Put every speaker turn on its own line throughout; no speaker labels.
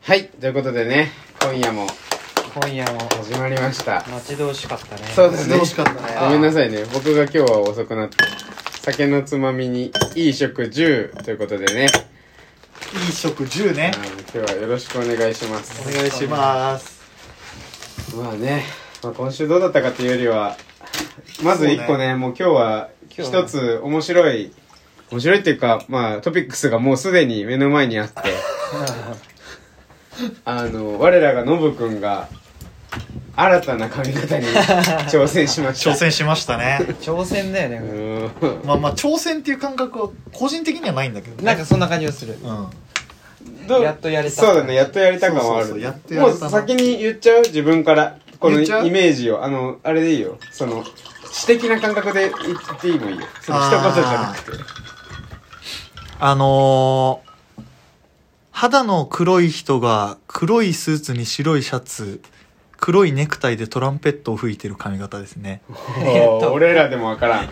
はい、ということでね、今夜も
今夜も
始まりました。
待ち遠しかったね
そうだね
楽しかったね
ごめんなさいね、僕が今日は遅くなって、酒のつまみにいい食10ということでね、
いい食10ね
あの今日はよろしくお願いします。
お願いし
ます
まあね、まあ、今週どうだったかというよりはまず一個ねもう今日は
今日は
一つ面白い、面白いっていうかまあトピックスがもうすでに目の前にあってあの我らがノブくんが新たな髪型に挑戦しました
挑戦しましたね
挑戦だよ
う
ね
ー
まあまあ挑戦っていう感覚は個人的にはないんだけどね
なんかそんな感じがする
うん
んどう
やっとやれた
そうだねやっとやれた感はある
そうそうそうやっとやれたな
もう先に言っちゃう自分からこの
言っちゃう
イメージをあのあれでいいよその詩的な感覚で言っていいもいいよその一言じゃなくて
あのー肌の黒い人が黒いスーツに白いシャツ黒いネクタイでトランペットを吹いてる髪型ですね
おー 俺らでもわから ん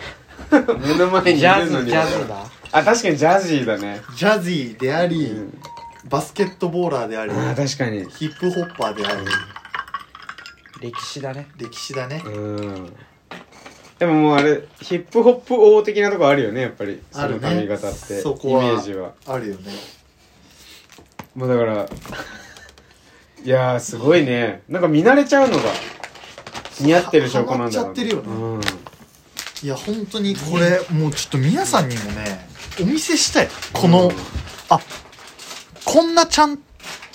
目の前にい
ジャ
るの
ズ
に
ジャズだ
あ確かにジャジーだね、
ジャズィーであ
う
り
ん、
バスケットボーラーであ
あ
り
ー確かに
ヒップホッパーであり
歴史だね
歴史だね
うんでももうあれヒップホップ王的なとこあるよねやっぱりそ
あ
の
るね
髪型って、
そ
イ
こ
メ
は
ージは
あるよね
もうだからいやーすごいねなんか見慣れちゃうのが似合ってる証拠なんだろう
はまっちゃってるよね
うん
いや本当にこれもうちょっと皆さんにもねお見せしたいこの、
うん
あこんなちゃん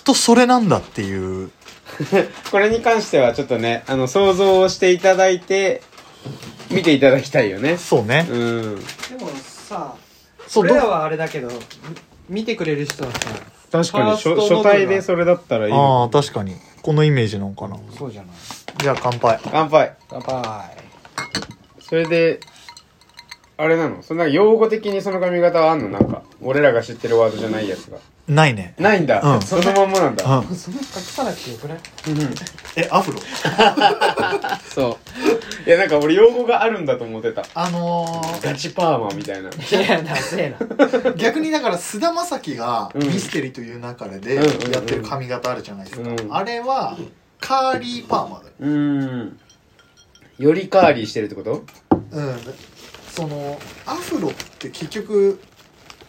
とそれなんだっていう
これに関してはちょっとねあの想像をしていただいて見ていただきたいよね
そうね、
うん
でもさ
そう
俺
ど
らはあれだけどみ見てくれる人はさ
確かに初
ファーストノブ
初
が
対でそれだったらいい
ああ確かにこのイメージなのかな
そうじゃない
じゃあ乾杯
乾杯
乾杯
それであれなのそんな用語的にその髪型はあんのなんか俺らが知ってるワードじゃないやつが
ないね
ないんだ、
うん
そのまんまなんだ、
うん
そんな隠さなくてよくない
えアフロ
そういやなんか俺用語があるんだと思ってた
あの
ガチパーマみたいなう
いやなせえな
ー、逆にだから菅田将暉が「
うん
ミステリー」という中で
うんうんうん
やってる髪型あるじゃないですか、
うん
あれはカーリーパーマだよ
ーんよりカーリーしてるってこと
うんそのアフロって結局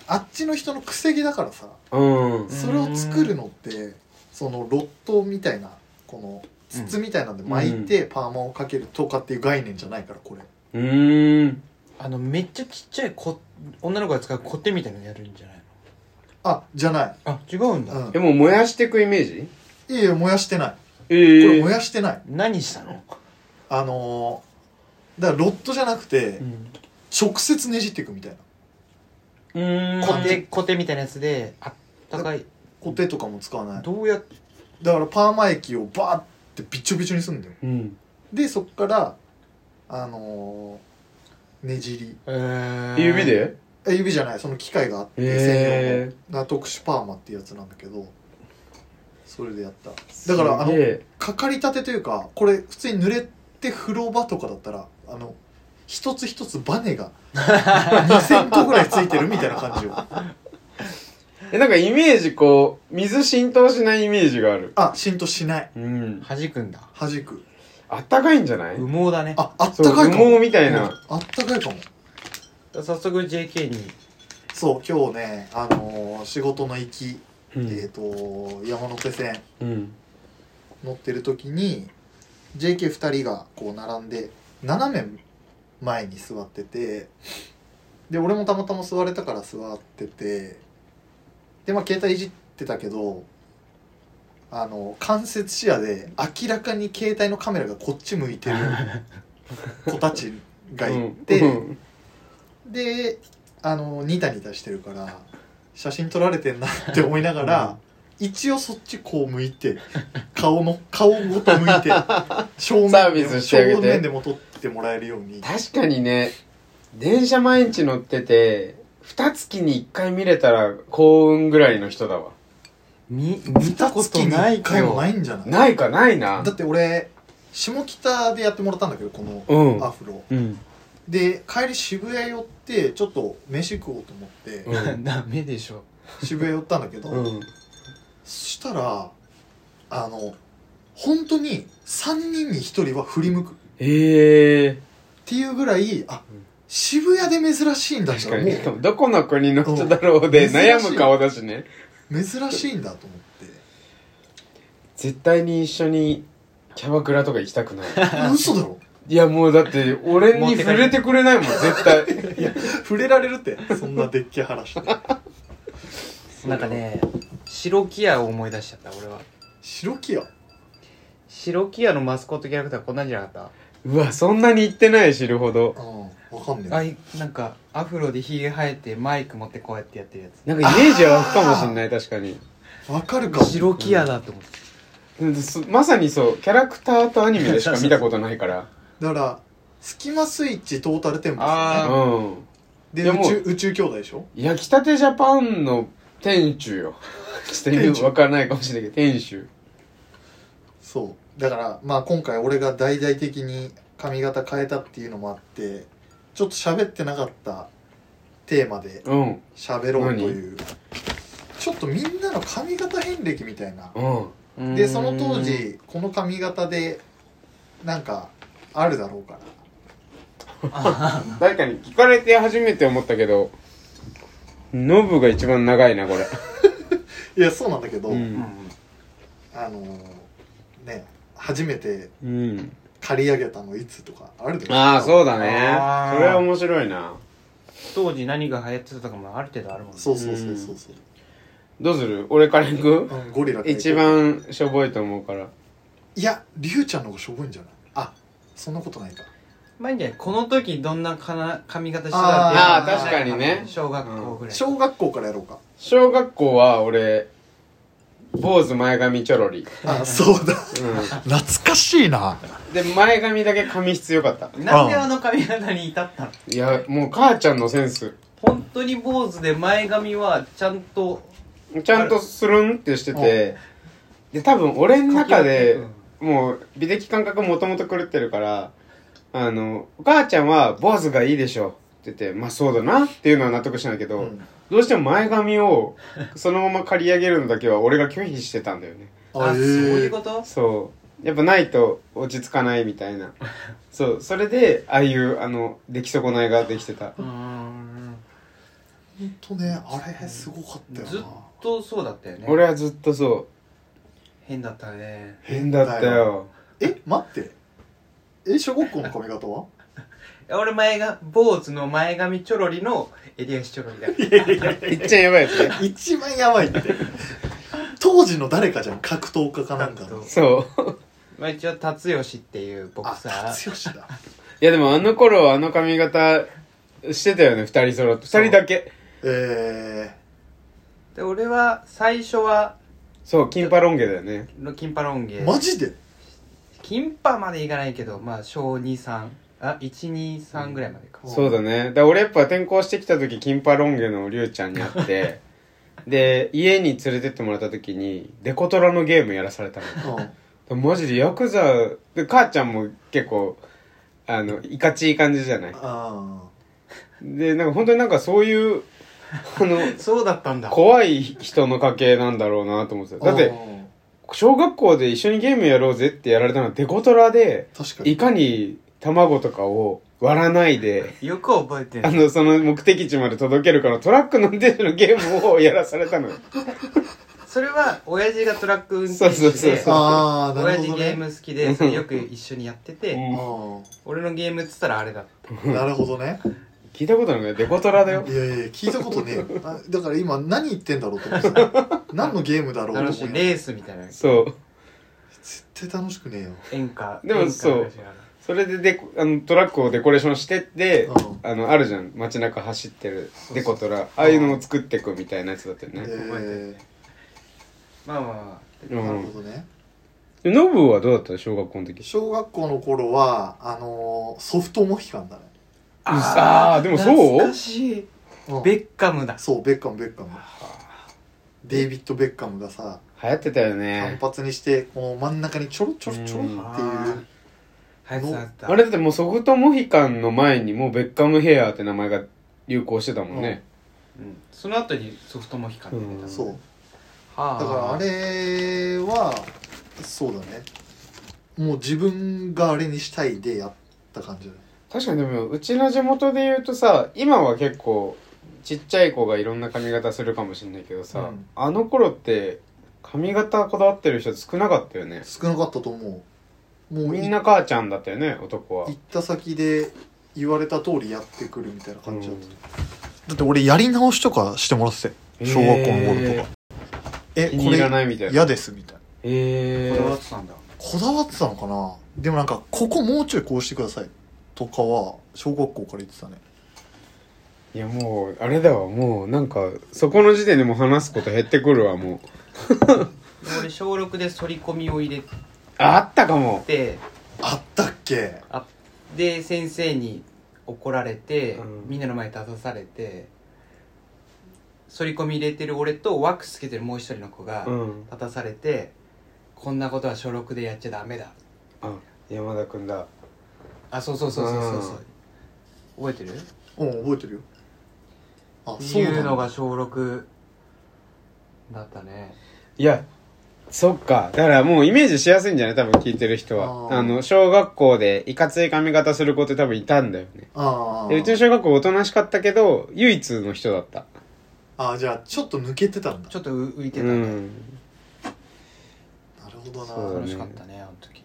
あっちの人の癖毛だからさ
うん
それを作るのってそのロットみたいなこの筒みたいなんで巻いてパーマをかけるとかっていう概念じゃないからこれ
うーん
あのめっちゃちっちゃいこ女の子が使うコテみたいなのやるんじゃないの
あじゃない
あ違うんだ、
うん
でも燃やしていくイメージ
いやいや燃やしてないこ
え
れ燃やしてない
何したの、
あのーだからロットじゃなくて
ん、
直接ねじっていくみたいな
うーん
コテコテみたいなやつであったかい
コテとかも使わない
どうやって
だからパーマ液をバーってびちょびちょにするんだよ
うん
でそっからあのーねじり
指で
え指じゃないその機械があって専用
へ
のな特殊パーマってやつなんだけどそれでやっただからあ
す
の
げえ
かかりたてというかこれ普通に濡れて風呂場とかだったらあの一つ一つバ ネが2000個ぐらいついてるみたいな感じを
えなんかイメージこう水浸透しないイメージがある
あ浸透しない
うん
弾くんだ
弾く
あったかいんじゃない
羽毛だね
ああった
そう
かい
羽
かも
毛みたいな
あったかいかも
早速 JK に
そう今日ねあのー仕事の行き、
う
えっ、と山手線
うん
乗ってる時に JK2 人がこう並んで斜め前に座っててで俺もたまたま座れたから座っててでまあ携帯いじってたけどあの間接視野で明らかに携帯のカメラがこっち向いてる子たちがいて、
うん
であのニタニタしてるから写真撮られてんなって思いながら、一応そっちこう向いて顔の顔ごと向いて正面で
サービスしてあげて
正面でも撮ってもらえるように
確かにね電車毎日乗ってて二月に一回見れたら幸運ぐらいの人だわ
見見たことない
一回もないいんじゃない
ないかないな
だって俺下北でやってもらったんだけどこの
うん
アフロ、
うん
で帰り渋谷寄ってちょっと飯食おうと思って、
うん
ダメでしょ
渋谷寄ったんだけど、
うん
そしたらあの本当に3人に1人は振り向くっ
へえ
ていうぐらいあ
ん
渋谷で珍しいんだった
確から
も
に
う
しかもどこの国の人だろうで
うん
悩む顔だしね
珍しいんだと思 って
絶対に一緒にキャバクラとか行きたくない
嘘だろ
いやもうだって俺に触れてくれ ないもん絶対
触れられるってそんなデッキ晴らして
なんかね白木屋を思い出しちゃった俺は
白木屋
白木屋のマスコットキャラクターこんなんじゃなかっ
うわそんなに行ってない知るほど
うんわかんねえ
たあいなんかアフロでひげ生えてマイク持ってこうやってやってるやつ
なんかイメージは湧くかもしんない確かに
わかるかも
白木屋だと思って、
うんそまさにそうキャラクターとアニメでしか見たことないから
だからスキマスイッチトータルテンボス
あ
だ
ー
ね
うんい
で
や
宇
もう
宙宇宙兄弟でしょ
焼きたてジャパンの店主 よちょっと意味わからないかもしれないけど店主
そうだからまあ今回俺が大々的に髪型変えたっていうのもあってちょっと喋ってなかったテーマで
うん
喋ろうというちょっとみんなの髪型遍歴みたいな
うん
でその当時この髪型でなんかあるだろうから
誰かに聞かれて初めて思ったけどノブが一番長いなこれ
いやそうなんだけど、
うんん
あのーね初めて
うん
借り上げたのいつとかあるでしょ
ああそうだね
あー
それは面白いな
当時何が流行ってたとかもある程度あるもんね
そうそうそうそうそう、
どうする俺から行く
うん、ゴリラから
一番しょぼいと思うから
いやリュウちゃんの方がしょぼいんじゃないあそんなことないか
まあいいんじゃないこの時どんなかな髪型してた
あー
っていうのが
あー確
かにね
小学校ぐらい、
小学校からやろうか
小学校は俺坊主前髪ちょろり、
あそうだ
う、
懐かしいなん
で前髪だけ髪質良かった
なんであの髪型に至ったの
いやもう母ちゃんのセンス
本当に坊主で前髪はちゃんと
ちゃんとスルンってしててで多分俺の中でもう美的感覚もともと狂ってるからあのお母ちゃんは坊主がいいでしょって言ってまあそうだなっていうのは納得しないけど、
うん
どうしても前髪をそのまま刈り上げるのだけは俺が拒否してたんだよね
あ、
え
そういうこと
そうやっぱないと落ち着かないみたいなそうそれでああいうあの出来損ないができてた
うーん
ほんとねあれすごかったよ
ずっ
な
とそうだったよね
俺はずっとそう
変だったね
変だったよ
え待ってえ小学校の髪型は
俺前が坊主の前髪ちょろりの襟足ちょろりだった
いっちゃんやばいやつね
一番やばいって当時の誰かじゃん格闘家かなんかの
そう
まあ一応辰吉っていうボ
あ
クサー
達吉 だ
いやでもあの頃あの髪型してたよね二人揃って
そう
二人だけ
え
で俺は最初は
そう金パロンゲだよね
のキンパロンゲ
ー、マジで
キンパまでいかないけどまあ小23あ123ぐらいまでか、
うん
そうだねだから俺やっぱ転校してきた時金パロンゲのりゅうちゃんに会ってで家に連れてってもらった時にデコトラのゲームやらされたの
うん
でもマジでヤクザで母ちゃんも結構あのいかちい感じじゃない
あ
でなんか本当になんかそういう あの
そうだったんだ
怖い人の家系なんだろうなと思って
ー
ただって小学校で一緒にゲームやろうぜってやられたのはデコトラで
確か
い
に
かに卵とかを割らないで、
よく覚えて
あ
る
の、その目的地まで届けるからトラックの運転手のゲームをやらされたのよ。
それは親父がトラック運転
そう
手
そうそう
で
そう
ああな
親
るほ
父
ど
ゲー
ね
ム好きでそれよく一緒にやってて、
うん
俺のゲームっつったらあれだった
うんなるほどね
聞いたことないからデコトラだよ
い。やいや聞いたことねえよあだから今何言ってんだろうと思ってた何のゲームだろうと思
楽
っ
しい
て
レースみたいな
そう。
絶対楽しくねえよ
演歌
でも
演歌
そう
の話がある
それでデコあのトラックをデコレーションしてって、
うん
あの、あるじゃん。街中走ってる
う
デコトラ。ああいうのを作ってくみたいなやつだったよ
え
ね。
ー
まあまあま
う
なるほ
ん。
どね
でノブはどうだった小学校の時。
小学校の頃はあのーソフトモヒカンだね
あ
あーでもそう
懐かしい
うん
ベッカムだ
そうベッカムベッカムデイビッド・ベッカムがさ
流行ってたよ
単
ね。
発にしてこの真ん中にちょろちょろちょろって
う
い
ん
う
はやつだった
あれだってもうソフトモヒカンの前にもうベッカムヘアーって名前が流行してたもんね。
うんその後にソフトモヒカンで出た
うん
そう
は
だからあれはそうだねもう自分があれにしたいでやった感じだね
確かにでもうちの地元で言うとさ今は結構ちっちゃい子がいろんな髪型するかもしれないけどさ、
うん
あの頃って髪型こだわってる人少なかったよね
少なかったと思うもうい
みんな母ちゃんだったよね男は
行った先で言われた通りやってくるみたいな感じだった、だって俺やり直しとかしてもらってたよ
うん
小学校の頃と
へ
かえ
ー気に
こ
入らな
れ
いみたいな
嫌ですみたいな
え
こだわっ
ー
てたんだ
こだわってたのかなでもなんかここもうちょいこうしてくださいとかは小学校から言ってたね
いやもうあれだわもうなんかそこの時点でもう話すこと減ってくるわもう
俺小6で反り込みを入れ
ああったかも
て
あったっけ
あで先生に怒られて、
うん
みんなの前に立たされて反り込み入れてる俺とワックスつけてるもう一人の子が
うん
立たされて、こんなことは小6でやっちゃダメだ
あ山田君だ
あそうそうそうそうそうそう覚えてる
うん覚えてるよあ
って
そう
い
な
うんの
だ
が小6だったね
いやそっかだからもうイメージしやすいんじゃない多分聞いてる人は
あー
あの小学校でいかつい髪型する子って多分いたんだよね
あ
でうちの
ー
小学校おとなしかったけど唯一の人だった
あーじゃあちょっと抜けてたんだ
ちょっとう浮いて
う
たね、
ん
なるほど
そうだね
な
楽しかったねあの時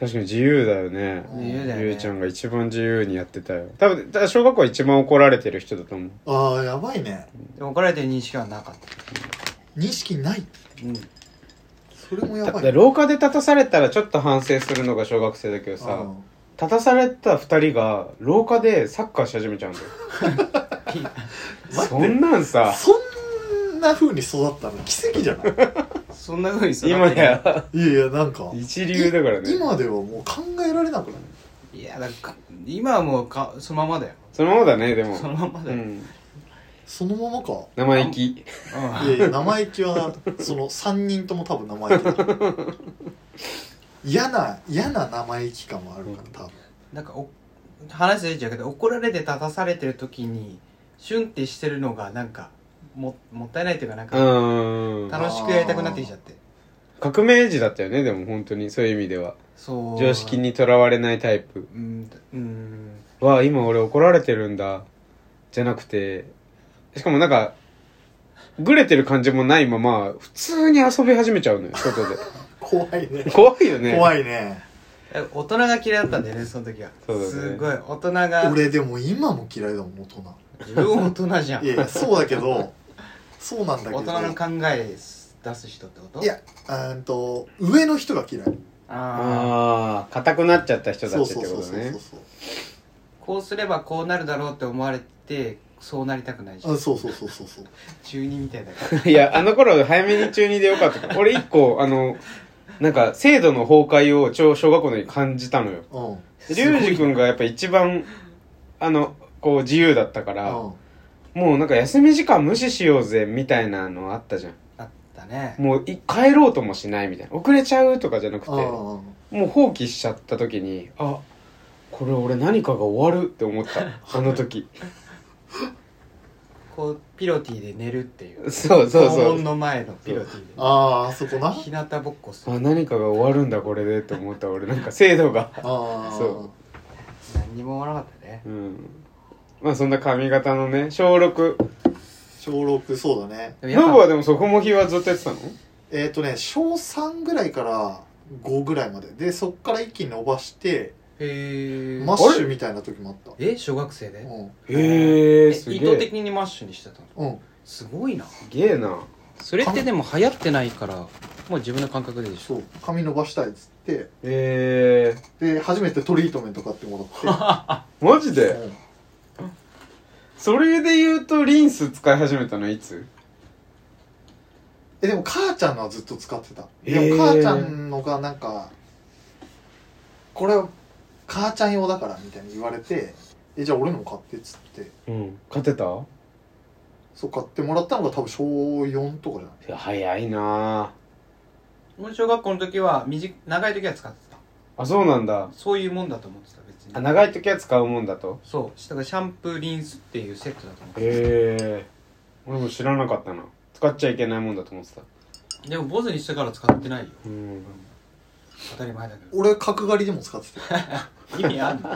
確かに自由だよね
自由だよね
ゆうちゃんが一番自由にやってたよ多分だから小学校は一番怒られてる人だと思う
ああやばいね
でも怒られてる認識はなかった
認識ないそれもや
だ
ばい
だ廊下で立たされたらちょっと反省するのが小学生だけど
う
さ
ん
立たされた二人が廊下でサッカーし始めちゃうん だよ そんなんさ
そんな風に育ったの奇跡じ ゃない
そんなふうに育てない
今や
いやいやなんか
一流だからね
い今ではもう考えられなくない
いやだから今はもうかそのままだよ
そのままだねでも
そのままだ
う
よ、
ん
そのままか
生意気
いやいや生意気はそ の3人とも多分生意気だ嫌な嫌な生意気感もあるから多分
なんかお話出ちゃうけど怒られて立たされてる時にシュンってしてるのがなんかももったいないというかなん
う
か
ーん
楽しくやりたくなってきちゃって
革命児だったよねでも本当にそういう意味では
そう
常識にとらわれないタイプ
うんうん
わあ今俺怒られてるんだじゃなくてしかもなんかグレてる感じもないまま普通に遊び始めちゃうのよ外 で
怖いね
怖いよね
怖
い
いね
え大人が嫌いだったんだよねその時は
そうだね
すごい大人が
俺でも今も嫌いだもん大
自分大人じゃん
人いやいやそうだけどそうなんだけ
大
ど
人の考え出す人ってこと
いやうーんと上の人が嫌い
ああ
ああ硬くなっちゃった人
そ
た
う
ちって
そう
こ
そ
と
うそう
ね
そう
こうすればこうなるだろうって思われてそうなりたくないじゃ
あ
ん
そうそうそうそうそう
中二みたいだから
いやあの頃早めに中二でよかった俺一個あのなんか制度の崩壊を超小学校の時に感じたのよ
うんうん
でリュウジ君がやっぱ一番あのこう自由だったから、もうなんか休み時間無視しようぜみたいなのあったじゃん
あったね
もうい帰ろうともしないみたいな遅れちゃうとかじゃなくても
あ
う放棄しちゃった時にあこれ俺何かが終わるって思 ったあの時
こうピロティで寝るっていう
そうそう
校
そ
門
う
の前のピロティで
あーあそこなあ
日向ぼっこす
あ
る
何かが終わるんだこれでって思った俺なんか制度が
あ
そ
何にも思わなかったね
うんまあそんな髪型のね小6
小6そうだね
でもやっ
ノブは
ぱ
でもそこも日はずっとやってたの
えっ、とね小3ぐらいから5ぐらいまででそっから一気に伸ばして
へえ
マッシュみたいな時もあっ
え小学生
た
で
うん
へ
え
えす
意
げ
図
え
的にマッシュにしてたの
うん
すごいな
すげえな
それってでも流行ってないからもう自分の感覚ででしょ
そう髪伸ばしたいっつって
ええ
で初めてトリートメント買ってもらっ
マジ
て、
で
うん
それで言うとリンス使い始めたのいつ
えでも母ちゃんのはずっと使ってた
へ
で
ー
も母ちゃんのがなんかこれ母ちゃん用だからみたいに言われてえじゃあ俺のも買ってっつって
うん勝てた
そう買ってもらったのが多分小4とかじゃない
早いな
俺小学校の時は短長い時は使ってた
あそうなんだ
そういうもんだと思ってた別
あ
に
長い時は使うもんだと
そうだからシャンプーリンスっていうセットだと思って
へえ俺も知らなかったな使っちゃいけないもんだと思ってた
たでも坊主にしてから使ってないよ
うん
当たり前だけど
俺角刈りでも使って たよ
意味あんの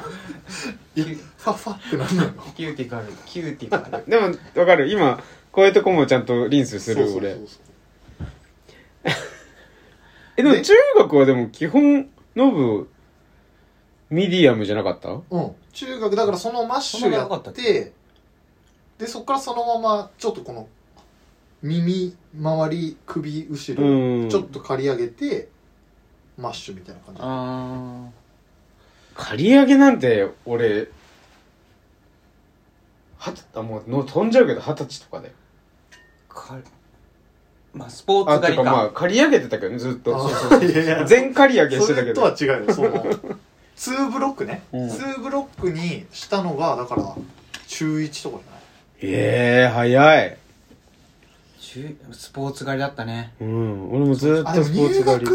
キュ
ファッファッってなんないの
キューティカルキューティカル
でもわかる今こういうとこもちゃんとリンスする
そうそう
俺
そうそう
えでも
ね
中学はでも基本ノブミディアムじゃなかった
うん、中学だからそのマッシ
そ
ュや
んな長かった
っ
って
でそこからそのままちょっとこの耳周り首後ろ、
うん
ちょっと刈り上げてマッシュみたいな感じ
あ
刈り上げなんて俺はたあもうの飛んじゃうけど二十歳とかだよ
あかまあスポー
あ
ツ
て
狩
か
り
まあ
か
刈り上げてたけどねずっ
あ
と
ーいやいや
全刈り上げしてたけど
それとは違うよその2ブロックね、
うん
ツー2ブロックにしたのがだから中1とかじゃない
ええ早い
中スポーツ狩りだったね
うん俺もずっ
あ
と
でも
スポー
入
ツ狩
学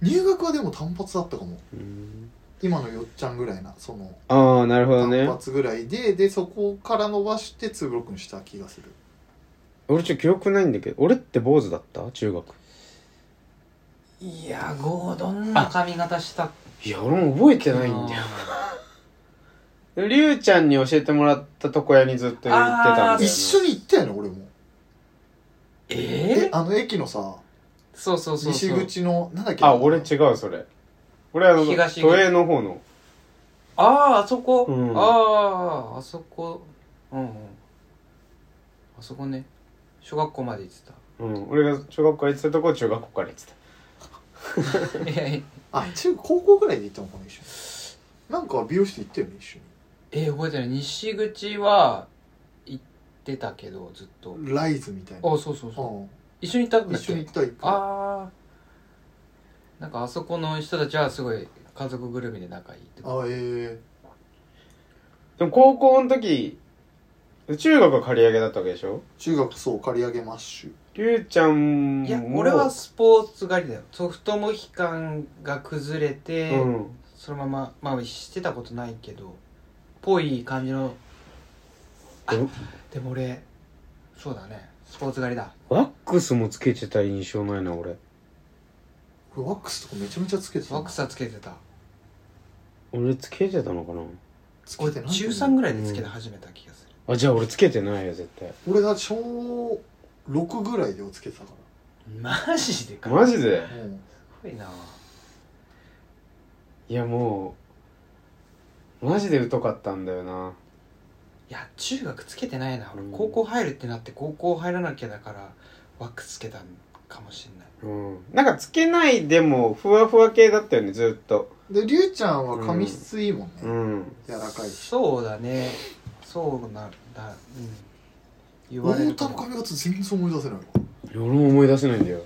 り
入学はでも単発だったかも
うん
今のよっちゃんぐらいなその
ああなるほど
単
ね
発ぐらいで、でそこから伸ばして2ブロックにした気がする
俺ちょっと記憶ないんだけど俺って坊主だった中学
いやゴーどんな髪型したっ
いや俺も覚えて
け
ないんだよりゅうちゃんに教えてもらった床屋にずっと行ってたんだよ
あ
な
ー
一緒に行ったよね俺もえ
えー
あの駅のさ
そうそうそう
西
そう
口のなんだっけ
あ俺違うそれ俺あの
東口
都営の方の
あああそこ、
うん
あああそこうんうんあそこね小学校まで行ってた
うん俺が小学校行ってたとこ中学校から行ってた
いやいや
あ中高校ぐらいで行ったのかな一緒になんか美容室行ったよね一緒
えー、覚えてない西口は行ってたけどずっと
にライズみたいな
あそうそうそう
うん
一緒に行ったんだっ
一緒に
け
行った行った
ああなんかあそこの人たちはすごい家族ぐるみで仲いいって
あえ
でも高校の時中学は刈り上げだったわけでしょ
ー、中学そう刈り上げマッシュ
りゅうちゃんも
いや俺はスポーツ狩りだよソフトモヒカンが崩れて、
うん
そのまままあしてたことないけどぽい感じのあ
え
でも俺そうだねスポーツ狩りだ
ワックスもつけてた印象ないな俺
これワックスとかめちゃめちゃつけてた
ワックスはつけてた
俺つけてたのかな
つけ
俺
てない
中3ぐらいでつけて始めた気がする、
あじゃあ俺つけてないよ絶対
俺が小6ぐらいでつけてたか
マジでか
マジで
らうん
すごいない
やもうマジで疎かったんだよない
や中学つけてないな俺
うん
高校入るってなって高校入らなきゃだからワックスつけたんかもしれない
うんなんかつけないでもふわふわ系だったよねずっと
でりゅうちゃんは髪質いいもんね、
うん
柔らかいし
そうだねそうなんだうん言われ
太
る
田の髪型全然思い出せないわ
いや俺も思い出せないんだよ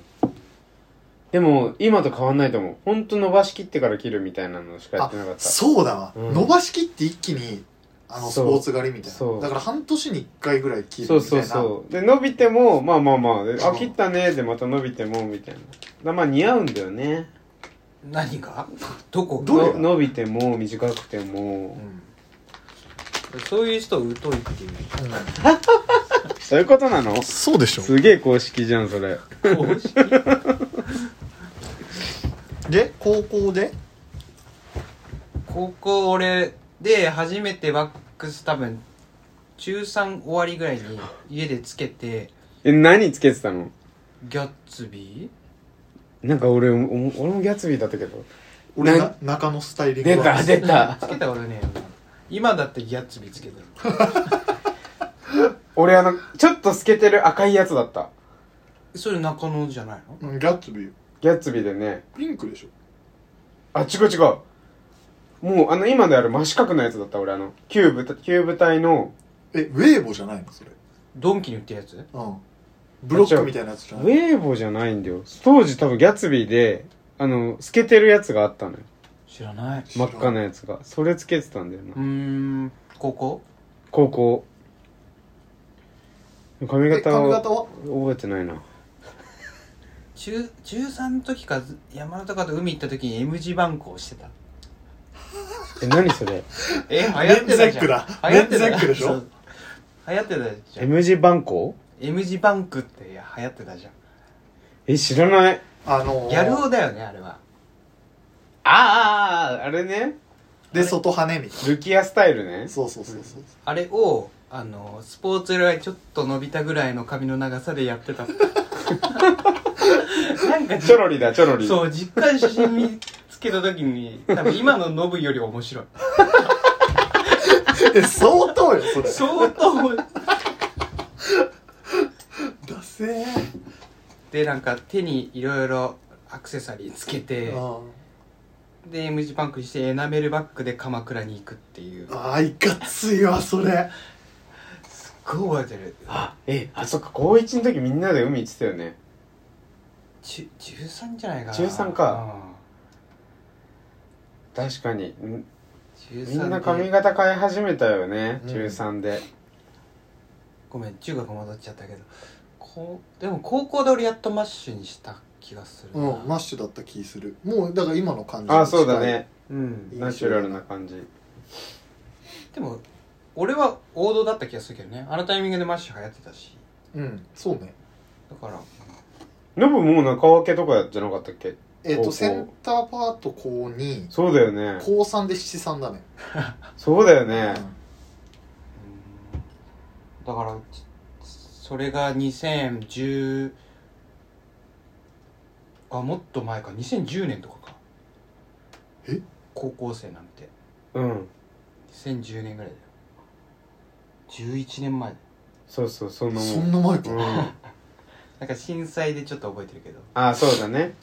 でも今と変わんないと思うほんと伸ばしきってから切るみたいなのしかやってなかった
そうだわ、
うん
伸ばしきって一気にあのス
そう
ポーツ狩りみたい
そ
な
う
だから半年に1回ぐらい切る
そう
みた
そ
いうな
そうで伸びてもまあまあまあで
う
あ
ん
切ったねでまた伸びてもみたいなだまあ似合うんだよね
何 がどこ
どれ
の伸びても短くても
うん、そういう人を疎いっていう
うん
そういうことなの
そうでし
すげえ公式じゃんそれ
公 式
で高校で
高校俺で初めてワックス多分中3終わりぐらいに家でつけて
え何つけてたの
ギャッツビ
なんか俺おも俺もギャツビーだったけど
俺
な
な中野スタイリング
出た出た
ーつけたことねえよ今だってギャッツビーつけてる
俺あのちょっと透けてる赤いやつだった
それ中野じゃないの
うんギャッツビー
ギャツビーでね
ピンクでしょ
あ違う違うもうあの今である真四角のやつだった俺あのキューブキューブ体の
えウェーボじゃないのそれ
ドンキに売ってるやつ
うんブロックみたいなやつじゃ
ウ
ない
ェーボじゃないんだよ当時多分ギャツビーであの透けてるやつがあったのよ
知らない
真っ赤なやつがそれつけてたんだよな
うーん高校
高校髪
え
型
髪
は
型は
覚えてないな
中中3の時か山の高と海行った時に M 字バンクをしてた
え何それ
え流行ってたじゃん
メンズエッグだ
流行ってた
メンズエッグでしょ
そう流行ってたじゃん
M 字バンコ
M 字バンクって流行ってたじゃん
え知らない
あのー
ギャル男だよねあれは
あああれね
あ
で
れ
外跳ねみたい
ルキアスタイルね
なそうそうそうそう
あれをあのスポーツよりちょっと伸びたぐらいの髪の長さでや ってたなんか
チョロリだチョロリ
そう実家に写真見つけた時に多分今のノブより面白い
え相当よそれ
相当面白い
ダセ
でなんか手にいろいろアクセサリーつけて
ーあ
で M 字パンクしてエナメルバッグで鎌倉に行くっていう
ーあーいかついわそれ
すっごい覚えてる
あえあそっか高1の時みんなで海行ってたよね
ちゅ13じゃないかな
13か確かにん
うん13
みんな
で
髪型変え始めたよね、
うん
中3で
ごめん中学戻っちゃったけどこうでも高校で俺やっとマッシュにした気がする
うん
な
マッシュだった気するもうだから今の感じ
あそうだね
うん
ナチュラルな感じ
でも俺は王道だった気がするけどねあのタイミングでマッシュ流行ってたし
うんそうね
だから
ノブもう中分けとかじゃなかったっけ
えっ、
高校
とセンターパート高2
そうだよね
高3で七三だね、
そうだよね
うんだからちそれが2010あもっと前か2010年とかか
え
高校生なんて
うん
2010年ぐらいだよ11年前だよ
そうそうそん
うん
なも
そ
ん
んな前か、
うん、
なんか震災でちょっと覚えてるけど
あそうだね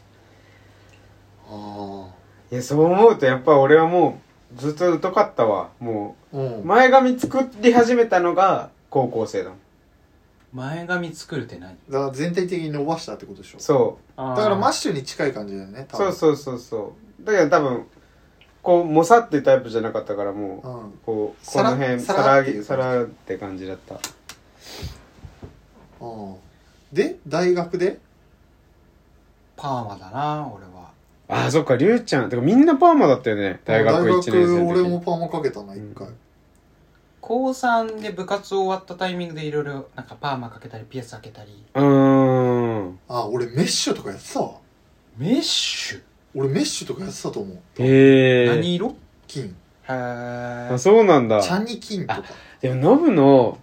あ
いやそう思うとやっぱ俺はもうずっと疎かったわも
あうん
う前髪作り始めたのが高校生だもん
前髪作るって何
だから全体的に伸ばしたってことでしょ
そう
だ
だからマッ
シ
シュに近い感じだよね多
そう
分
そうそうそうだけど多分こうもさってタイプじゃなかったからもう
うん
こうこ
さら
の辺
さ
さ
ら
ら
ってい
げ
う
さ
感じ
らって感じだった
ああで大学で
パーマだな俺は
あーそっかりゅうちゃんてかみんなパーマだったよね大学1年生の
大学俺
時
もパーマかけたな一回、
うん
高3で部活終わったタイミングでいろいろなんかパーマかけたりピアス開けたり
うーん
ああ俺メッシュとかやってたわ
メッシュ
俺メッシュとかやってたと思う
へえ
何色
金
へえ
あそうなんだ
チャニ金とか
でもノブの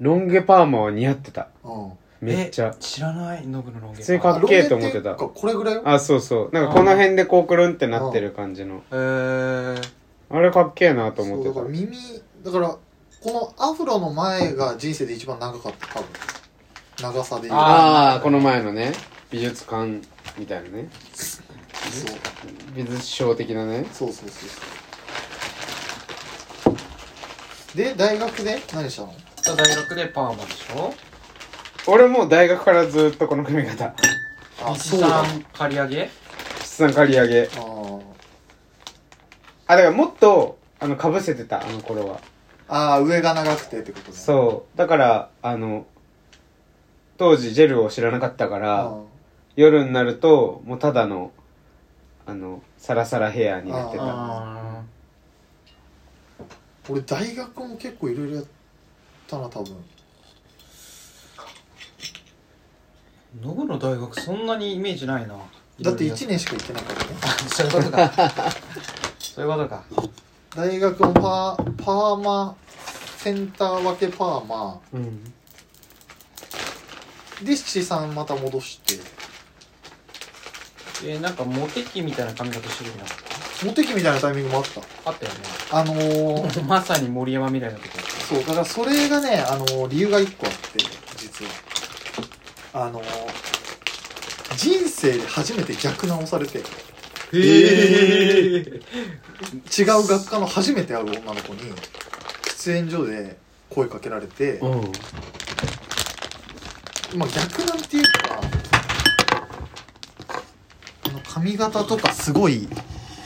ロン毛パーマは似合ってた
うん
めっちゃ
知らないノブのロン毛
普通に
パー
かっけえと思ってた
あロン毛いうかこれぐらいよ
あそうそうなんかこの辺でこうくるんってなってる感じの
マへえ
あれかっけえなと
そ
思っ
う
て
だ
た
から耳だからこのアフロの前が人生で一番長かった多分長さで言うと
ああこの前のね美術館みたいなね
そう
美術賞的なね
そうそうそうそうで大学で何したの
大学でパーマでしょ
俺もう大学からずっとこの髪型
あ
西
そうだ
さ
あ
ん刈り上げ
筆算刈り上げ
ー
あだからもっとあのかぶせてたあの頃は
あー上が長くてってことねう
そうだからあの当時ジェルを知らなかったから
あ
夜になるともうただのあのサラサラヘアになってた
あ
ー俺大学も結構いろいろやったな多分
ーノブの大学そんなにイメージないな
だって1
年
年しか行ってないからね
そういうことか そういうことか
大学もパーパーマセンター分けパーマ
うん
で七三また戻して
えー、なんかモテ期みたいな髪型してるな
モテ期みたいなタイミングもあった
あったよ
あのー、
ねまさに森山未来の時だっ
そうだからそれがね、あのー理由が1個あって実はあのー、人生で初めて逆直されて違
た
へ
え
う学科の初めて会う女の子に喫煙所で声かけられて、
うん
まあ逆なんていうかこの髪型とかすごい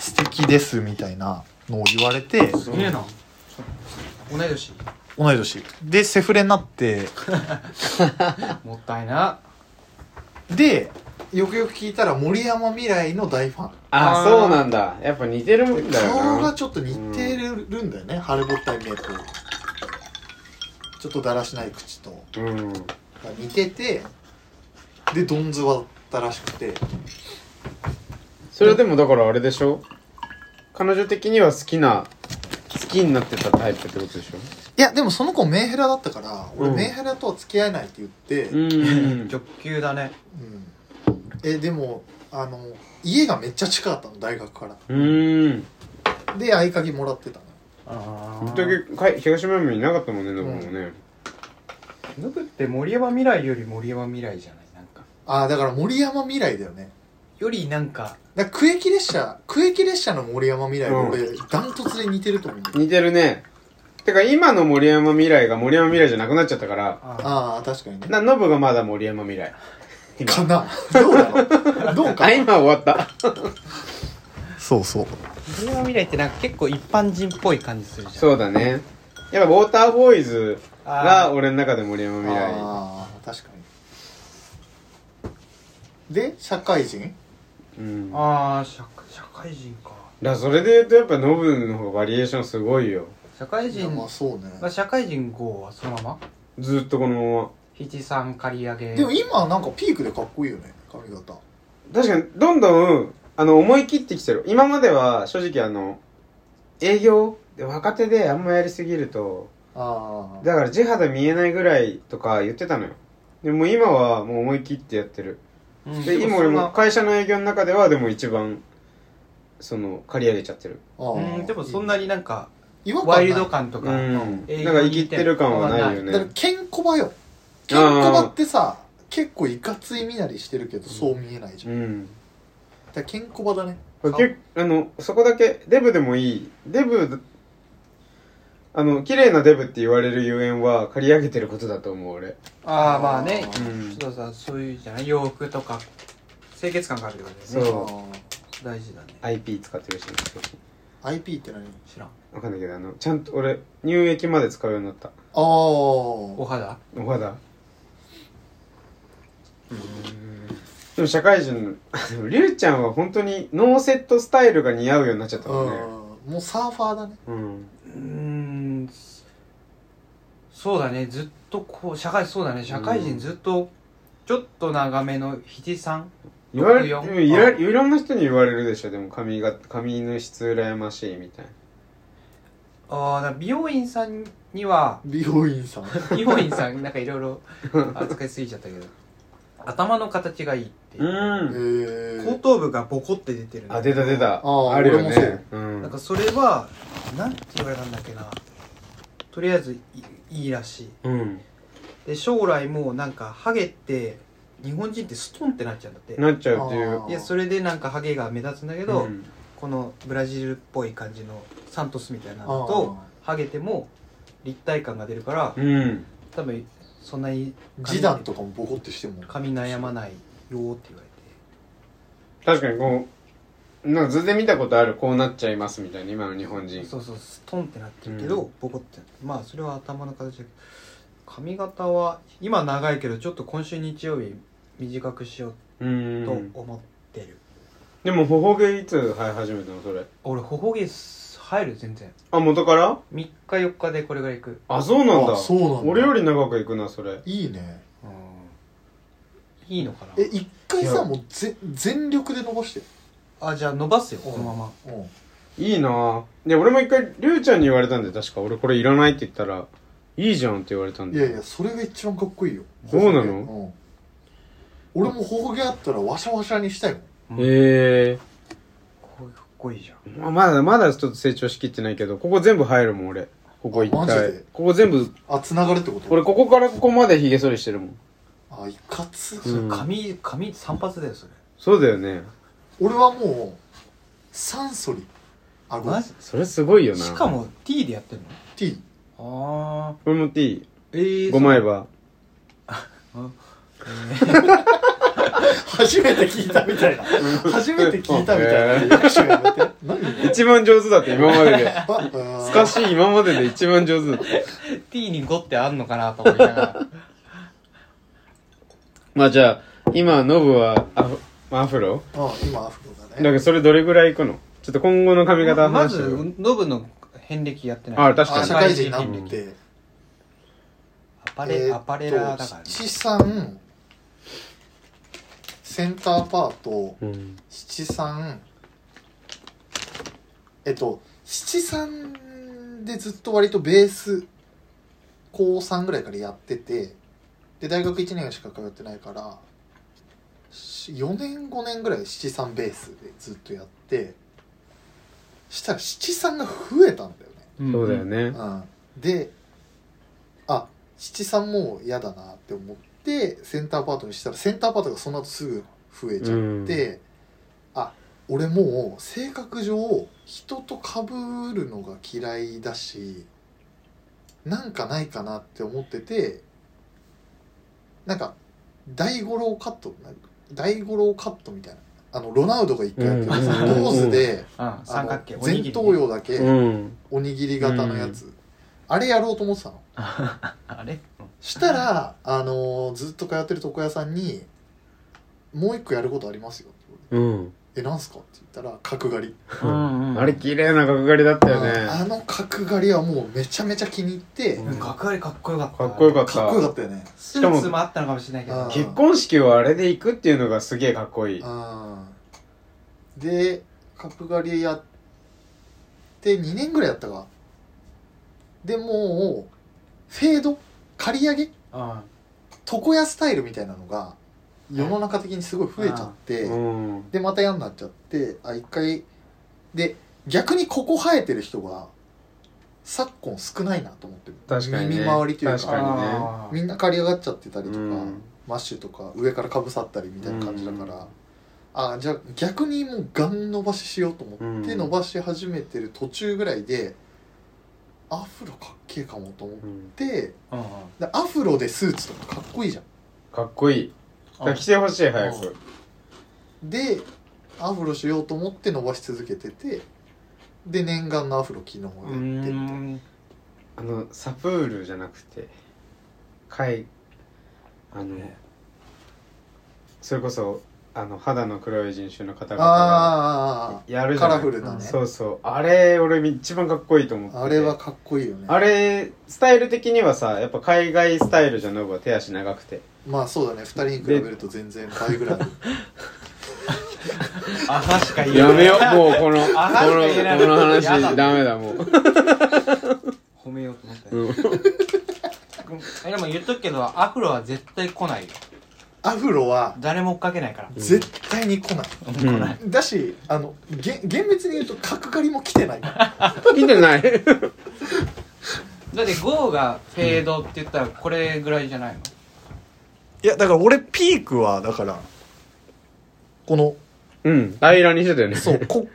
素敵ですみたいなのを言われて
すげえな同い年
同い年でセフレになって
もったいな
でよくよく聞いたら森山未来の大ファン
あ
あー
そうなんだやっぱ似てるんだ
顔
よ
が
な
ちょっと似てるんだよね、ハルボッタイメイクちょっとだらしない口と
うん
が似ててでドンズワだったらしくて
それでもだからあれでしょ彼女的には好きな好きになってたタイプってことでしょ
いやでもその子メンヘラだったから俺
うん
メンヘラとは付き合えないって言って、
うーん
直球だね
うんえでもあの家がめっちゃ近かったの大学から
うーん
で合鍵もらってたの
あ
だけかい東村山にいなかったもんねノブもね、
ノブって森山未来より森山未来じゃないなんか
ああだから森山未来だよね
よりなんか
だから区域列車区域列車の森山未来
うん
俺ダントツで似てると思うんだよ
似てるねてか今の森山未来が森山未来じゃなくなっちゃったから
あ
ああ確かにね
なノブがまだ森山未来今
かなどうだろうどうか
あ今終わった
そうそう
森山未来ってなんか結構一般人っぽい感じするじゃん
そうだねやっぱウォーターボーイズが俺の中で森山未来
ああ確かにで社会人
うんだか
あー社社会人から
それで言うとやっぱノブの方がバリエーションすごいよ
社会
いや
人
まあそうね
まあ社会人号はそのまま
ずっとこの
七三刈り上げ
でも今なんかピークでかっこいいよね髪型
まま確かにどんどんあの思い切ってきてる今までは正直あの営業で若手であんまやりすぎると
あ
だから地肌見えないぐらいとか言ってたのよでも今はもう思い切ってやってる
うん
で
で
今
も
俺
そん
も
な
会社の営業の中ではでも一番その借り上げちゃってる
あー
うんでもそんなになんか
違和感ない
ワイルド感と
う
か
ん
営業に行って
なんか生きてる感はないよ
だから
ね
ケンコバよケンコバってさ結構いかつい身なりしてるけどそう見えないじゃ、
うんん
だからケンコバだね
これ結構あのそこだけデブでもいいデブあの綺麗なデブって言われるゆえんは借り上げてることだと思う俺
ああまあね
う
うん
ちょっとさそういうじゃない洋服とか清潔感があるってことだよね
そう
大事だね
IP 使ってるしね
IP って何あ
知らん
わかんないけどあのちゃんと俺乳液まで使うようになった
あ
お肌
お肌でも社会人 のりゅうちゃんは本当にノーセットスタイルが似合うようになっちゃったもんね
うんもうサーファーだね
うん
うーんそうだねずっとこう社会そうだね社会人ずっとちょっと長めの七三
言われ
よくよ
いろいろんな人に言われるでしょでも髪が髪の質羨ましいみたいな
ああだから美容院さん には
美容院さん
美容院さんなんかいろいろ扱いすぎちゃったけど頭の形がいいっていう
うん
え
後
え
頭部がボコって出てる
あ出た出た
あ
あるよ
俺もそう
ねう
なんか
ん
それはなんて言われたんだっけなとりあえずいいいらしい
うん
で将来もうなんかハゲって日本人ってストンってなっちゃうんだって
なっちゃうっていう
あー
いやそれでなんかハゲが目立つんだけど、
うん
このブラジルっぽい感じのサントスみたいなのとハゲても立体感が出るから
うん
多分そんなに
示談とかもボコってしても
髪悩まないよって言われて
確かにこうなんか図で見たことあるこうなっちゃいますみたいな今の日本人
そうそうストンってなってるけど、
う
ボコってなってまあそれは頭の形だけど髪型は今長いけどちょっと今週日曜日短くしよ
う
うと
ん
思ってる、
でもほほ毛いつ生え始めたのそれ
俺ほほ毛入る全然
あ元から
3日4日でこれぐらいいく
あそうなんだ
あそうなんだ
俺より長くいくなそれ
いいね
いいのかな
え一回
い
さ
や
もうぜ全力で伸ばして
あじゃあ伸ばすよこのまま
うん
いいなで俺も一回りゅうちゃんに言われたんで確か俺これいらないって言ったらいいじゃんって言われたん
い
で
やいやそれが一番かっこいいよ
そうなの
うん俺もほほげあったらワシャワシャにしたいもん
え
こうかっこいいじゃん
えまあまだまだちょっと成長しきってないけどここ全部入るもん俺ここ一
あマジで
体ここ全部
あ繋がるってこと
俺ここからここまでひげ剃りしてるもん
あいかつ
うん
髪髪散髪だよそれ
そうだよね
俺はもうサンソリあご
マジ
それすごいよな
しかも T でやってる
T
のああ
これもっていい
ええ
5枚刃
初めて聞いたみたいな初めて聞いたみたいな役所やめて何
一番上手だって今まで で
ああ
すかし今までで一番上手だった
T に5ってあんのかなと思いながら
まあじゃあ今ノブはアフアフロ
あ今アフロだ
だ
ね
けどそれどれぐらいいくのちょっと今後の髪型
ま
話し
ず
てよ
ノブの遍歴やってない
あ確か
あ
に
社会人になっ
ア
て
パ
えーっ
レ
と
アパレラーだからね
資産センターパート
うん
七三えっと七三でずっと割とベース高3ぐらいからやっててで大学1年しか通ってないから4年5年ぐらい七三ベースでずっとやってしたら七三が増えたんだよね
そうだよね、
うん、であ七三もう嫌だなって思ってセンターパートにしたらセンターパートがその後すぐ増えちゃって、あ俺もう性格上人と被るのが嫌いだしなんかないかなって思っててなんか大五郎カットな大五郎カットみたいなあのロナウドが一回やってるさ
うん
坊主で
うん
あ
三
の
角形おに
前
ぎり
頭葉だけ、
うん
おにぎり型のやつ、あれやろうと思ってたの
あれうん
したら、あのーずっと通ってる床屋さんに「もう一個やることありますよ」って言われて
うん、
えなんすか?」って言ったら角刈り、
うんうん
あれ綺麗な角刈りだったよ
あ
ね
あの角刈りはもうめちゃめちゃ気に入って、
うん
うん角刈りかっこよかった
かっこよかっ
かっこよか
た
ったよね
スーツもあったのかもしれないけ
うん
ど
結婚式をあれで行くっていうのがすげえかっこいい
うんで角刈りやって2年ぐらいやったかでもうフェード刈り上げ
うん
床屋スタイルみたいなのが世の中的にすごい増えちゃって、
うん
でまた嫌になっちゃってあ一回で逆にここ生えてる人が昨今少ないなと思ってる
確かにね
耳周りというか
確かにね
あー
みんな刈り上がっちゃってたりとか、
うん
マッシュとか上からかぶさったりみたいな感じだから、あじゃあ逆にもうガン伸ばししようと思って
うん
伸ばし始めてる途中ぐらいでアフロかっけえかもと思っ
うん
てで
うんうん
アフロでスーツとかかっこいいじゃん
かっこいいだから着てほしい早
う
く
でアフロしようと思って伸ばし続けててで念願のアフロ昨日やって
うーん
あのサプールじゃなくてかいあのそれこそあの肌の黒い人種の方々が
あーあー
やるじゃない
カラフルなね
そうそうあれ俺一番かっこいいと思って
あー
て
あれはかっこいいよね
あれスタイル的にはさやっぱ海外スタイルじゃノブは手足長くて
まあそうだね2人に比べると全然倍ぐらい
あ確かに
やめよ う、もうこの、この、こ
あなんか言えない
の
やだ
話、ダメだ、もう。
褒めようと思ったよ
うん
えでも言っとくけどアフロは絶対来ないよ
アフロは
誰も追っかけないから
絶対に来ない、
うん
だしあのげ厳密に言うと角刈りも来てないから
見てない
だってゴーがフェードって言ったらこれぐらいじゃないの
いやだから俺ピークはだからこの
うん、平らにしてたよね。
そうこ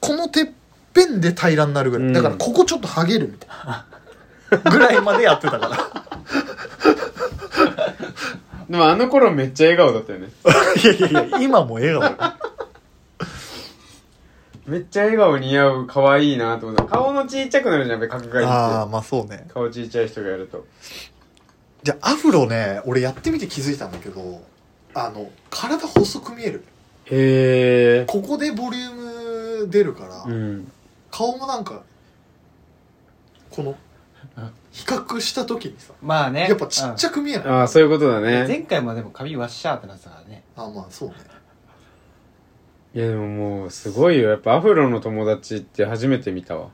このてっぺんで平らになるぐらい、
うん
だからここちょっとハゲるみたいな ぐらいまでやってたから
でもあの頃めっちゃ笑顔だったよね。
いやいやいや、今も笑顔。
めっちゃ笑顔似合う、可愛いなと思った。顔のちっちゃくなるじゃん、やっぱり角
あ
刈
あ、
りっ
まあそうね
て。。顔ちっちゃい人がやると。
じゃあ、アフロね、俺やってみて気づいたんだけど、あの、体細く見える。
へえ。
ここでボリューム出るから、
うん。
顔もなんか、この、比較した時にさ、
まあね
やっぱちっち
ゃ
ゃく見えない。
ああ、そういうことだね。
前回もでも髪ワッシャーってなってたからね
ああ、まあそうね。
いや、でももう、すごいよ。やっぱアフロの友達って初めて見たわ。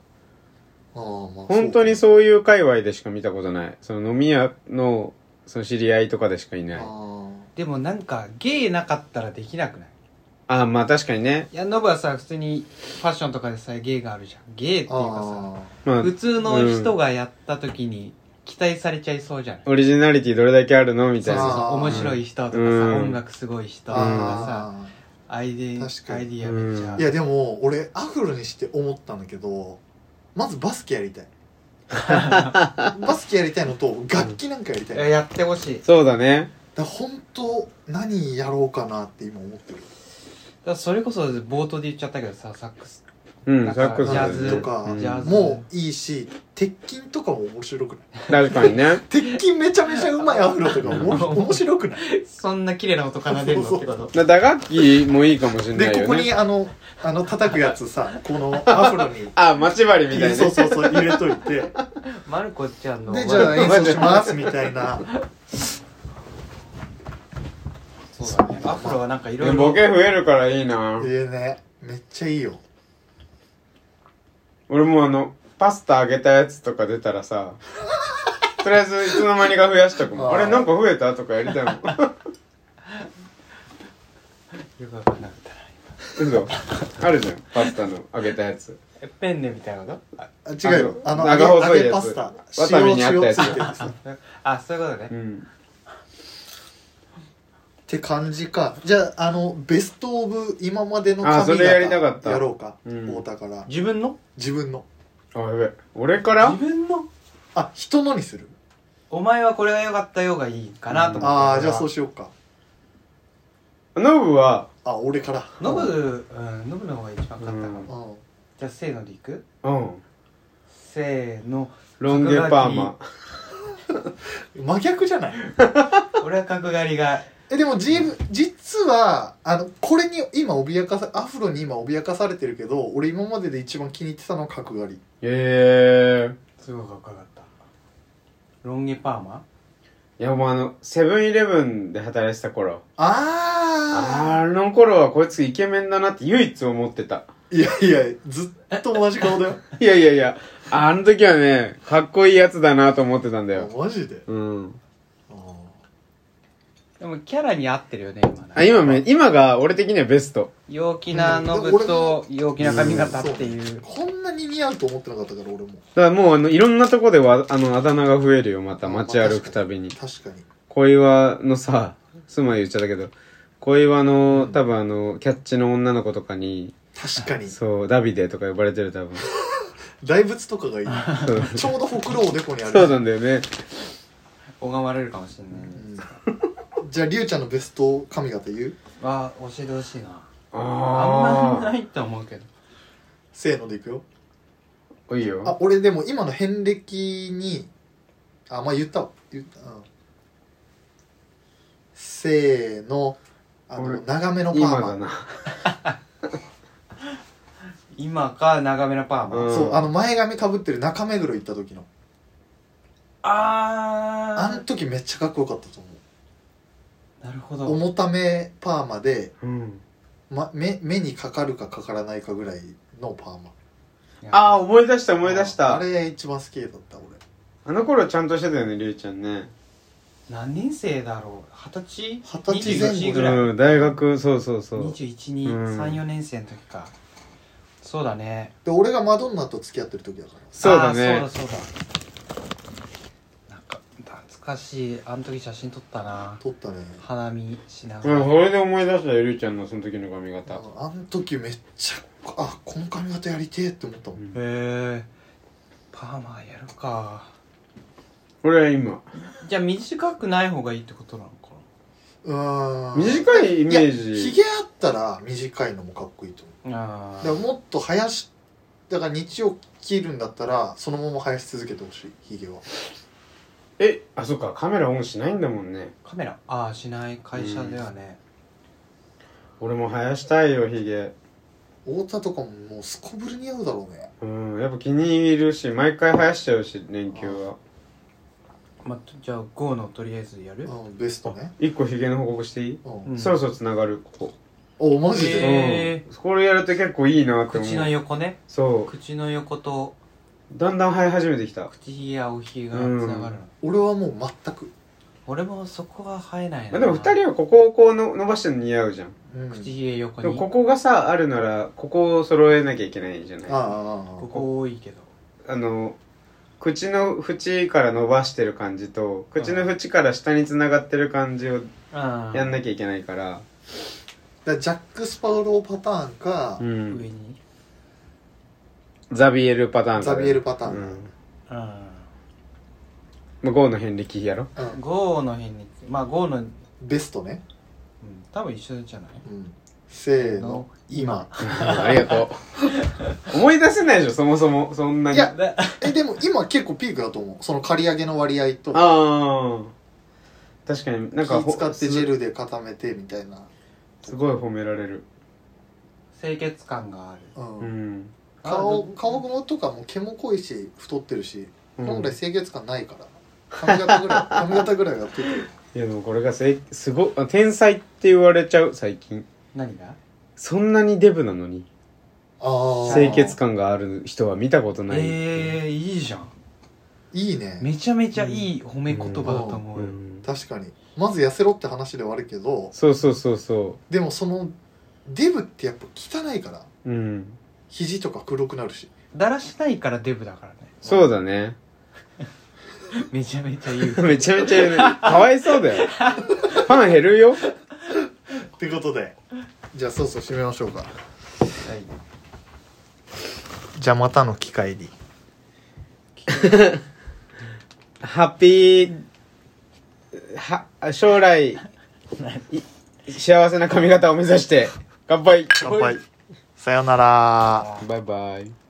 ああ、まあ。
本当に
う
そういう界隈でしか見たことない。その飲み屋の、その知り合いとかでしかいな
ね。
い。あ
あ
でもなんかゲイなかったらできなくない
あー、まあ確かにね。
いやノブはさ普通にファッションとかでさゲイがあるじゃんゲイっていう
あ。
かさ
あ
まあ、
普通の人がやった時に期待されちゃいそうじゃない、
オリジナリティどれだけあるのみた
そ
いう
そうそ
な。
あ
う
ー
面白い人とかさ、
うん
音楽すごい人
あ。
とかさ
ああ。
アイデ
確
ィ
か
アア
に
イディアめっちゃ、
うん
いやでも俺アフロにして思ったんだけどまずバスケやりたいバスケやりたいのと楽器なんかやりたい、
いや
だか
やってほしいだか
そうだね。
ら本当何やろうかなって今思ってる
らそれこそ冒頭で言っちゃったけどさサックス
うん、
なん
サ
か
ックスだよね
ジャズとか
うん
ジャズ
もういいし鉄筋とかも面白くな
確
い
かにね。
鉄筋めちゃめちゃうまいアフロとかおも面白くない
そんな綺麗な音奏でるのってこと
だ打楽器もいいかもしれな
で
い
ここ
よ
に
ね。
あのあの叩くやつさこのアフロに
あ、待ち針みたい
そう
ね。
そうそう入れといて
マルコちゃんの
でじゃあ演奏しますみたいな
そうだねアフロはなんかいろいろ
ボケ増えるからいいな
ええねめっちゃいいよ
俺もうあのパスタ揚げたやつとか出たらさとりあえずいつの間にか増やしとくもん
あー
あれなんか増えたとかやりたいもん
よくわかんなかったな
嘘あるじゃんパスタの揚げたやつ
えペンネみたいなことあ
あ違うよ
あ
あ
の
の
長細い
揚げ
や
パ
つ
スタ
ワタミにあったやつ
塩塩ついてるやつっ
あそういうことね、
うん
て感じかじゃああのベストオブ今までの
あそ
髪
れやりたかった
型やろうか
うん
太田から
自分の
自分の
あやべ俺から
自分の
あ人のにする
お前はこれが良かったよがいいかなと思って、
ああじゃあそう
し
しようか
ノブは
あ俺から
ノブ、うん、ノブの方が一番簡単かも、
うん
うん
じゃあせーのでいく
うん
せーの
ロン毛パーマ
真逆じゃない
俺は角刈りが
えでも自分実はあのこれに今脅かさアフロに今脅かされてるけど俺今までで一番気に入ってたのは角刈り
へえ
すごいかっこよかったロン毛パーマ
いやもうあのセブンイレブンで働いてた頃
ああ
あの頃はこいつイケメンだなって唯一思ってた
いやいやずっと同じ顔だよ
いやいやいやあの時はねかっこいいやつだなと思ってたんだよ
あマジで
うん
あ
でもキャラに合ってるよね今
あ今め今が俺的にはベスト
陽気なノブと陽気な髪型っていう
ーこんなに似合うと思ってなかったから俺も
だからもうあのいろんなとこでわあのあだ名が増えるよまた街歩くたびに
確かに
小岩のさ妻言っちゃったけど小岩の多分あのキャッチの女の子とかに
確かに
そうダビデとか呼ばれてる多分
大仏とかがいい
そう
ちょうどほくろおでこにある
そうなんだよね
拝まれるかもしれない、
うんじゃありゅうちゃんのベスト髪型言う
わあ教えてほしいな
あ
あんまりないと思うけど
せーのでいくよ
あいい
あ
よ
俺でも今の遍歴にあまあ言ったわ言った、うん、せーのあの
俺
長めのパー
今だ
マ、
な
今か長めのパーマ、
うん
そうあの前髪かぶってる中目黒行った時のあ
あ
の時めっちゃかっこよかったと思
ーなるほ
う
ど
重ためパーマで、
うん
ま、目目にかかるかかからないかぐらいのパーマ
ああ思い出した思い出した
あれ一番好きだった俺
あの頃ちゃんとしてたよねりゅうちゃんね
何年生だろう二十歳
二十歳前後
21ぐらい
うん大学そうそうそううん
21234年生の時かそうだね
で俺がマドンナと付き合ってる時だから
そうだ
あー
ね
そうだそうだなんか懐かしいあの時写真撮ったな
撮ったね
花見しなが
うん
ら
それで思い出したよりゅうちゃんのその時の髪型
あの時めっちゃあこの髪型やりてえって思ったもん
うん
へえパーマやるか
俺は今
じゃあ短くない方がいいってことなのか
うーん
短いイメージ
いやひげあったら短いのもかっこいいと思
なあ
う
ー
だからもっと生やしだから日を切るんだったらそのまま生やし続けてほしいひげは
えあそっかカメラオンしないんだもんね
カメラああしない会社ではね、
俺も生やしたいよヒゲ
太田とかももうすこぶる似合うだろうね
うんやっぱ気に入るし毎回生やしちゃうし年休は
まあ、じゃあ GO のとりあえずやる
うんベストね
一個ヒゲの報告していい、
うん、
うん
そろそろつながるここ、
おマジで、
へー
うんこれやると結構いいなって思
口の
う
横ね
そ
口の横と
うだんだん生え始めてきた
口ひげ青ひげがつながるの、
俺はもう全く、
俺もそこは生えない
あ
な
でも2人はここをこうの伸ばしてるの似合うじゃん
うん、
口ひげ横
でも
に
こ
こ
こがさあるならここを揃えなきゃいけないじゃない
ああ
あ
あああ
こ多いけど
の口の縁から伸ばしてる感じと口の縁から下につながってる感じを
あ
やんなきゃいけないから
だからジャック・スパウローパターンか、
うん
上に
ザビエルパターン
ザビエルパターン、
うん
う
向こうの遍歴やろ
うん
ん GO の辺にまあ GO の、うん、
ベストね、
多分一緒じゃない
うん、せーの今
ありがとう思い出せないでしょそもそもそんなに
いや
で
えでも今結構ピークだと思うその刈り上げの割合と
ああ確かになんか
気使ってジェ
ル
ルで固めてみたいな
すごい褒められる
清潔感がある
うん、
うん
顔
あ
顔もとかも毛も濃いし太ってるし
うん
本来清潔感ないから髪型ぐらい髪型ぐらいがピー
い
ク
やでもこれがせいすごあ天才って言われちゃう最近
何が
そんなにデブなのに
ああ
清潔感がある人は見たことないっていう
ええいいじゃん
いいね
めちゃめちゃいい褒め言葉だと思う
う
よ、
ん
確かにまず痩せろって話ではあるけど
そうそうそうそ
でもそのデブってやっぱ汚いから
ううん
肘とか黒くなるし
だらしないからデブだからね
そうだね
めちゃめちゃ言う
めちゃめちゃ言うねかわいそうだよファン減るよ
ってことでじゃあそうそう締めましょうかじゃあまたの機会に
ハッピーは将来い幸せな髪型を目指して乾杯
乾杯さようなら
バイバイ